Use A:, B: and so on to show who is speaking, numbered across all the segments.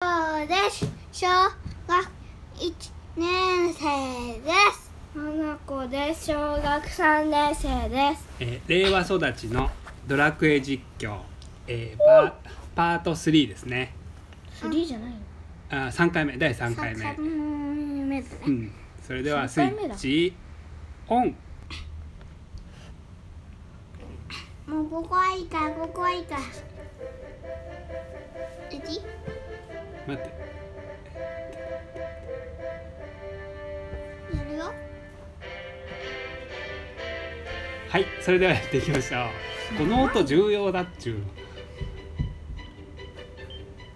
A: です。小学一年生です。花子です。小学三年生です。
B: えー令和育ちのドラクエ実況、えーパーパート3ですね
C: スリーじゃないの
B: あ3回目第3回目
A: 三回目だ
B: う
A: ね。
B: ん、それではスイ
C: 三回目だ
B: ッチオン
A: もうここはいいか、ここはいいか。えじ
B: 待って
A: やるよ。
B: はいそれではやっていきましょうこの音重要だっちゅうの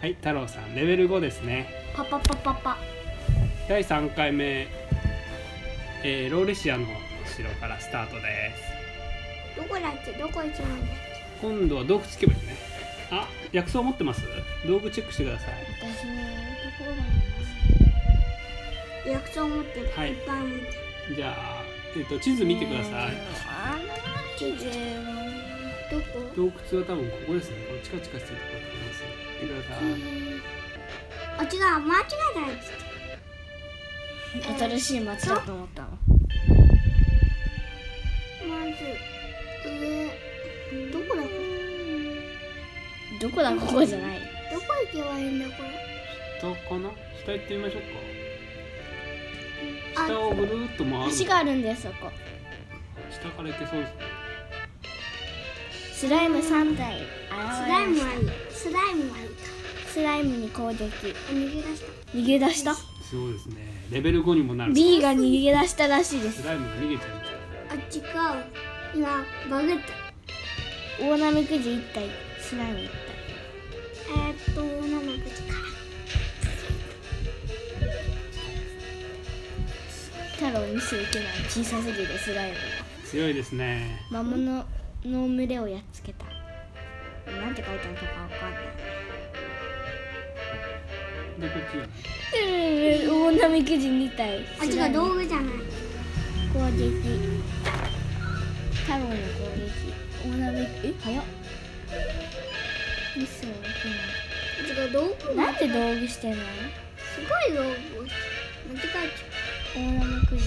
B: はい太郎さんレベル5ですね
C: パパパパパ
B: 第3回目、えーローレシアの城からスタートです
A: どこだっけ、どこ行きまで。
B: 今度は洞窟聞けばいいねあ薬草持ってます道具チェックしてください
C: 私のところ
A: 薬草持ってる。
B: はい
A: いっぱい持ってる。
B: じゃあ、えっと地図見てください、
A: どこ？
B: 洞窟は多分ここですねこのチカチカしてるところだと思います見てくだ
A: あ、
B: さい、
A: 違う、間違えたやつ。
C: 新しい町だと思ったの
A: まず、えー、どこだこ
C: どこだここじゃない
A: れどこ行けばいいんだこれ
B: 下かな下行ってみましょうか
A: あ
B: 下をぐるーっと回る
C: 橋があるんですそこ
B: 下から行けそうですね
C: スライム3体現
A: スラ
C: れ
A: イ
C: ま
A: ム
C: し
A: はいいスライムはいいか
C: たスライムに攻撃
A: あ逃げ出した
C: 逃げ出した
B: すごいですねレベル5にもなる
C: B が逃げ出したらしいです
B: スライムが逃げちゃいました
A: あ違う今バグった
C: 大波くじ1体スライム1
A: えー、っと生口か
C: 体太郎にするけない小さすぎるスライム
B: 強いですね
C: が魔物の群れをやっつけたなんて書いてあるのかわかんな
B: で
C: い
B: こっちがね
C: 大波くじ2体
A: らあ違う道具じゃない
C: 攻撃太郎の攻撃大鍋え早っミスを受
A: 違う道具
C: けないなんで道具してんの
A: すごい道具間違え
C: 大鍋くじ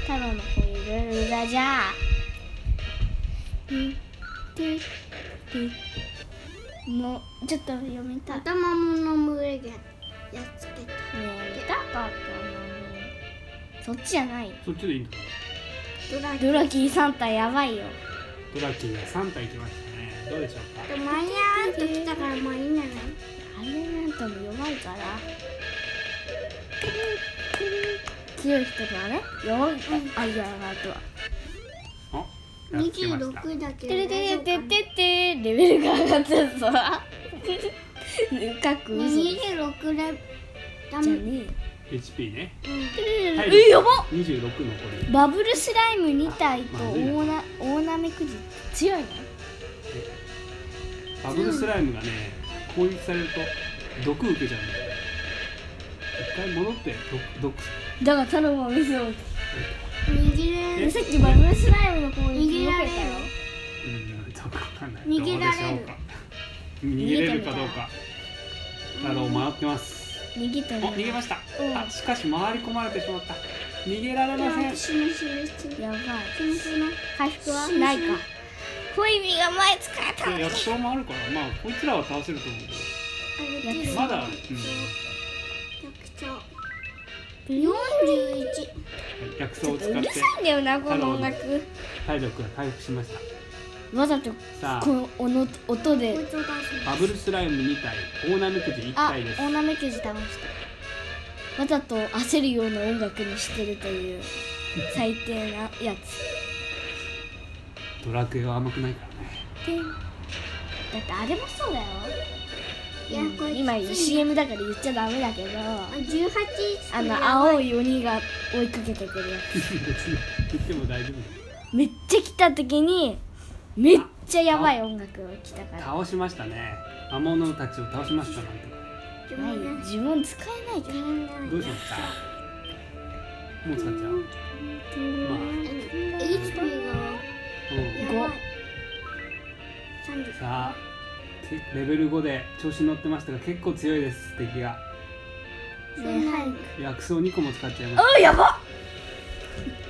C: 太郎の攻撃無駄じゃんてててもうちょっと読み
A: ち
C: た
A: ゃ
C: い
A: っ。た頭もの群れがやっつけた
C: ねえ見たかったのにそっちじゃないよ
B: そっちでいいんだか
A: ドラキ
C: ドラキーサンタやばいよ
B: なドラキーが3体行きましたねどうでしょう
A: でもマイヤーンと来たからまあいいんじゃない
C: あれなんとも弱いから強い人だね弱い、あいやあとは
B: かおやっつけました
A: 26だけ
C: てれ
A: ど
C: て
A: 大
C: れ
A: 丈夫かな
C: てててレベルが上がったぞ深く嘘じ
A: 26レダ
C: ゃ
A: メ
C: ね
B: HP ね
C: え
B: 体力
C: えやばっ
B: 26残り
C: バブルスライム2体と大な大なめくじ強いね
B: バブルスライムがね攻撃されると毒受けちゃうんだよ一回戻って毒毒
C: だから太郎はミスを
A: 握れ
B: え
A: る
C: さっきバブルスライムの攻
A: 逃
C: 撃
A: げ
C: よ
A: ら
C: け
A: れる
C: たよ
B: うんどうかわかんない
A: 逃げられる
B: どうでしょうか逃げれるかどうか太郎回ってます
C: 逃げた
B: お
C: よ
B: 逃げました
C: うん
B: あしかし回り込まれてしまった逃げられません
A: 死ぬ死ぬ死ぬ
C: やばい
A: 死ぬ死ぬ
C: 回復はないかホイミが前使えた
B: いや薬草もあるからまあこいつらは倒せると思うけ
A: あれ
B: どまだ、うん、
A: 四十一。
B: 薬草を使
C: う
B: っ
C: る
B: て
C: さいんだよなこの音楽
B: 体力が回復しました
C: わざと
B: さあ
C: この音音
A: こい
C: で
A: つを倒す
B: バブルスライム2体大波くじ1
C: あ
B: 体です
C: 大なめくじ倒したわざと焦るような音楽にしてるという最低なやつ
B: ドラクエは甘くないからね
C: でだってあれもそうだよ
A: いやこれ
C: 今 CM だから言っちゃダメだけど
A: あ十八。
C: あの青い鬼が追いかけてくるや
B: 別に言っても大丈夫だ
C: つめっちゃ来た時にめっちゃやばい音楽が来たから
B: よ倒しましたね魔物たちを倒しましたなんとか
A: 十
C: ないよ呪文使えないから
B: どうしますかもう使っちゃうまあ、
A: H. P.
B: うん、
A: が。三十。
B: さあレベル5で調子に乗ってましたが結構強いです敵が
A: んな
C: ね
B: 薬草2個も使っちゃいまし
C: あやば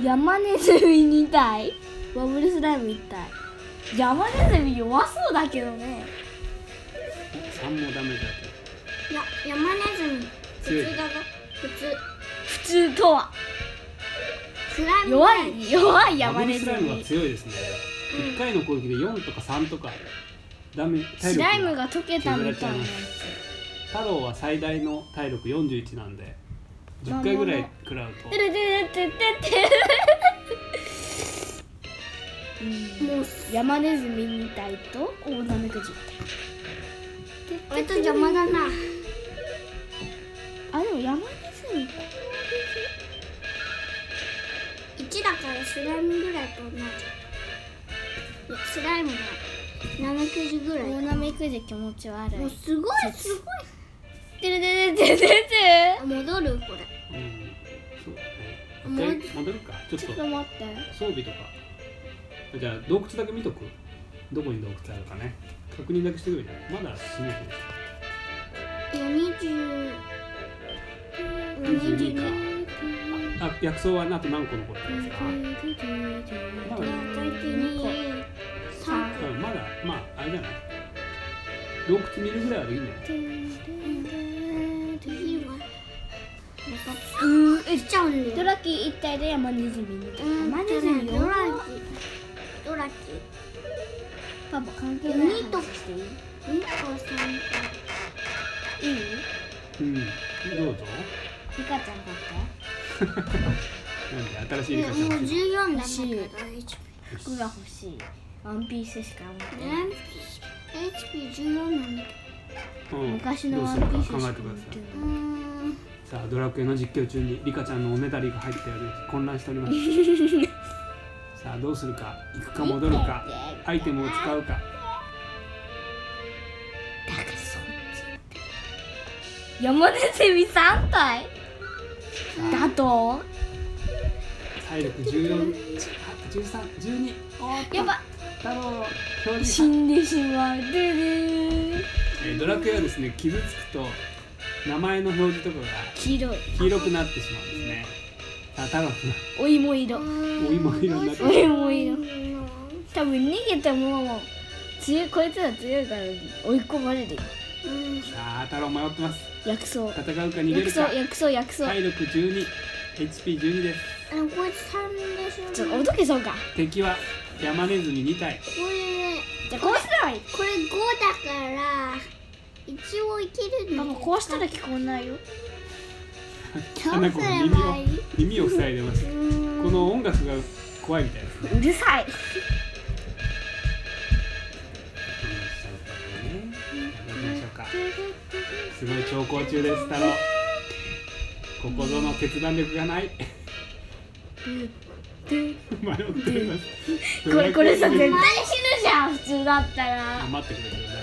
C: っ山ネズミみたいバブルスライムみたい山ネズミ弱そうだけどね
B: た3もダメージだ
A: いや山ネズミ
B: 強い
A: 普通だぞ普通
C: 普通とは
A: スライム
C: 弱い弱い
B: ったバ
C: 山
B: ブ
C: ネ
B: ルス
C: ズ
B: ライムは
C: ミ
B: 強いですね
A: うん
B: 1回の攻撃で4とか3とかダメ体
C: スライム
B: 力
C: が溶けたみたいなや
B: 太郎は最大の体力41なんで10回ぐらい食らうと
C: つてるてるてるてるてる
A: もう
C: 山ネズミみたいと大ナメクジ
A: 俺と邪魔だな
C: あでも山ネズミ
A: 1だからスライムぐらいと同じいやスライムが7くじぐらい
C: 大
A: か
C: ナメクジ気持ち悪
A: もう
C: い
A: すごいすご
C: てるてるてるてるて
A: い
C: る
A: 戻るこれ
B: うんそうだ
A: もう
B: ね一回戻るかちょっ
C: ち
B: と
C: ょっと待って
B: 装備とかじゃあ洞窟だけ見とくどこに洞窟あるかね確認だけしてくれまだ死ね
A: いや20
B: え22かあ薬草はあと何個残ってますかまだ
A: 22 3
B: うんまだまああれじゃない洞窟見るぐらいはできんじゃない
A: 次は
C: うん
A: えちゃうんだよ
C: ドラキ一体で山ネズミみたいな
A: うん
C: 山ネズミ
A: ド
C: よ
A: ラキドラキ
C: パパ関係ない
A: 二と
C: 話していい
A: 2個3個
C: いい
B: うんどうぞ
C: リカちゃんだって
B: なんで新しい
A: い
B: 理
A: や
B: 科ちゃ
A: も
B: ん
A: う
B: 欲しい
A: 十四だから大丈
C: 服が欲しいワンピースしか持って
A: 夫
C: ない
A: ね。HP 十四なんだけ
B: うん
C: 昔のワンピ
B: どう
C: ー
B: す
C: ス
B: る
C: し
B: か
C: か
B: 考
C: 持
B: えくだ
C: って
B: さ
C: て
B: い
A: ど。う
C: ない
A: ーん。
B: さあドラクエの実況中にリカちゃんのおねだりが入ったようで混乱しております さあどうするか行くか戻るかアイテムを使うか
C: 山ネズミ三体だと
B: 体力14 13 12おっと
C: やば
B: 太郎表示
C: 死んでしまうででー
B: えードラクエはですね傷つくと名前の表示とかが
C: 黄色い
B: 黄色くなってしまうんですねさあ太郎君
C: お芋色
B: お芋色になってる
C: お芋色多分逃げても強いこいつら強いから追い込まれるよ
A: うん。
B: さあ太郎迷ってます
C: 薬草
B: 戦うか逃げ
C: 薬
B: る
C: 草
B: か
C: 薬草薬草
B: 体力 12HP12 です
A: あのこいつ三でしょ。
C: ちょっと
A: こ
C: おどけそうか
B: 敵は山ネズミ2体
A: れ
C: じゃあこうしたらいい
A: これ五だから一応いける
C: ママ
A: の。
C: こうしたら聞こえないよ
B: 花子の耳を耳を塞いでます
A: う
B: こ
A: ーん。
B: の音楽が怖いみたいですね
C: うるさい
B: どうしましょうかすごい長考中です太郎ここぞの決断力がない迷っています
C: これこれさ絶対
B: 全
C: 死ぬじゃん普通だったら
B: 待ってくれてる大丈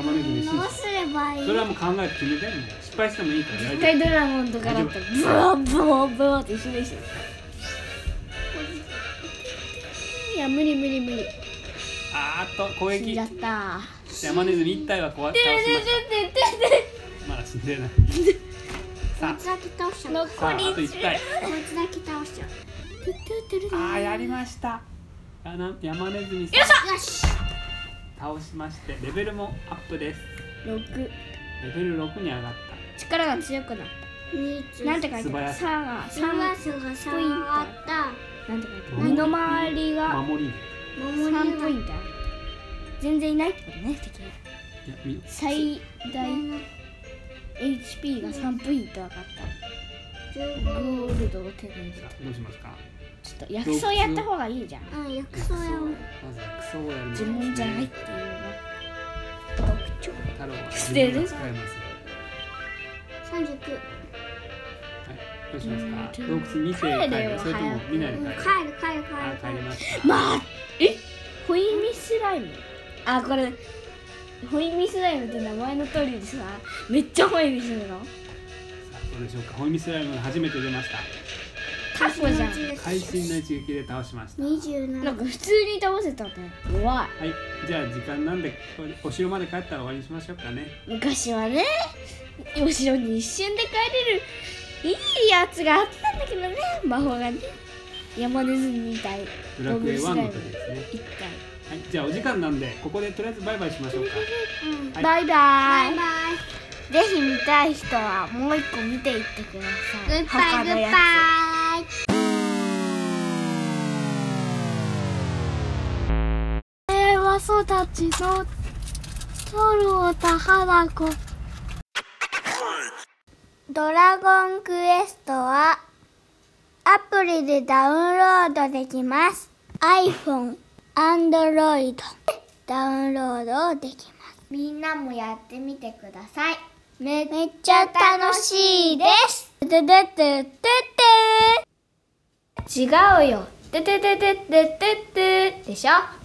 B: 夫山根君に信
A: どう
B: じ
A: すればいい。
B: てそれはもう考えて決めたいんだよ失敗してもいいから大
C: 一
B: 丈
C: 回ドラゴンとかだったらブワーブワーブワーって一緒でしょいや無理無理無理
B: 夫あーっと攻
C: 死ん
B: 撃
C: じゃった
B: 山根君一体は壊倒しまし
C: ででで
B: たまだ死んでない
A: こ
B: さ
A: いつだけ倒しちゃう。
C: 残
A: こ
B: さああと
C: り
B: 1体
A: いつだけ倒しちゃう。
B: あーやりましたあな山ネズミさん
A: よし。
B: 倒しましてレベルもアップです
C: 六
B: レベル6に上がっ
C: 力が強くなっ
A: 二
C: た
A: つ。
C: なんて書い
B: 素
C: てあ
B: 早
C: る
B: い
C: さが
A: サ
C: 三
A: マスが下がった。
C: なんて書いてある
B: うん
C: 身の回り
B: た
C: が
B: 守りね
A: 守りは
C: 三ポイントある全然いないってことね敵が
B: いやみ
C: 最大 HP が三ポイント上がっ
A: 15
C: たゴールドを手に入れ
B: さ
C: た
B: あどうしますか
C: ちょっと薬草やった方がいいじゃん
A: うん、薬草屋を
B: まずはクソをやる
C: 呪文じゃないっていうのが特徴
B: 太郎は
C: 捨てる
B: 呪文が使えます
A: 三十九。
B: はいどうしますか
C: う
B: 洞
C: ん
B: 窟見て帰
C: 帰れ
B: る
C: よ
B: それとも見ない
A: 帰る帰
B: で帰る
A: る
B: あ
A: 帰
B: 帰り
A: る
B: ました
C: まあえホイミスライムあこれホイミスライムって名前の通りでさめっちゃホイミするの
B: さあどうでしょうかホイミスライムが初めて出ました
C: タコじゃん
B: 会心の一撃で倒しました
A: 二十
C: な
A: 七
C: ん。か普通に倒せたね怖い
B: はいじゃあ時間なんでお城まで帰ったら終わりにしましょうかね
C: 昔はねお城に一瞬で帰れるいいやつがあったんだけどね魔法がね山ネズミみたい
B: ドラクエ1
C: ゴ
B: の
C: ブリン
B: 時
C: スライム
B: ですね
C: 一
B: はいじゃあお時間なんでここでとりあえずバイバイしましょうか
A: うん。
B: は
C: 体
B: い
C: バイバ
A: バイ
C: イ
A: バイ。
C: ぜひ見たい人はもう一個見ていってくだ
A: グッバ
C: さい
A: イ
C: 他
A: グ
C: のや
A: ッ
C: つ
A: バイ。
C: えわそたちのソロをたはらこ
A: ドラゴンクエストはアプリでダウンロードできます。iPhone、Android でダウンロードできます。みんなもやってみてください。めっちゃ楽しいです。てててててて。
C: 違うよてててててててでしょ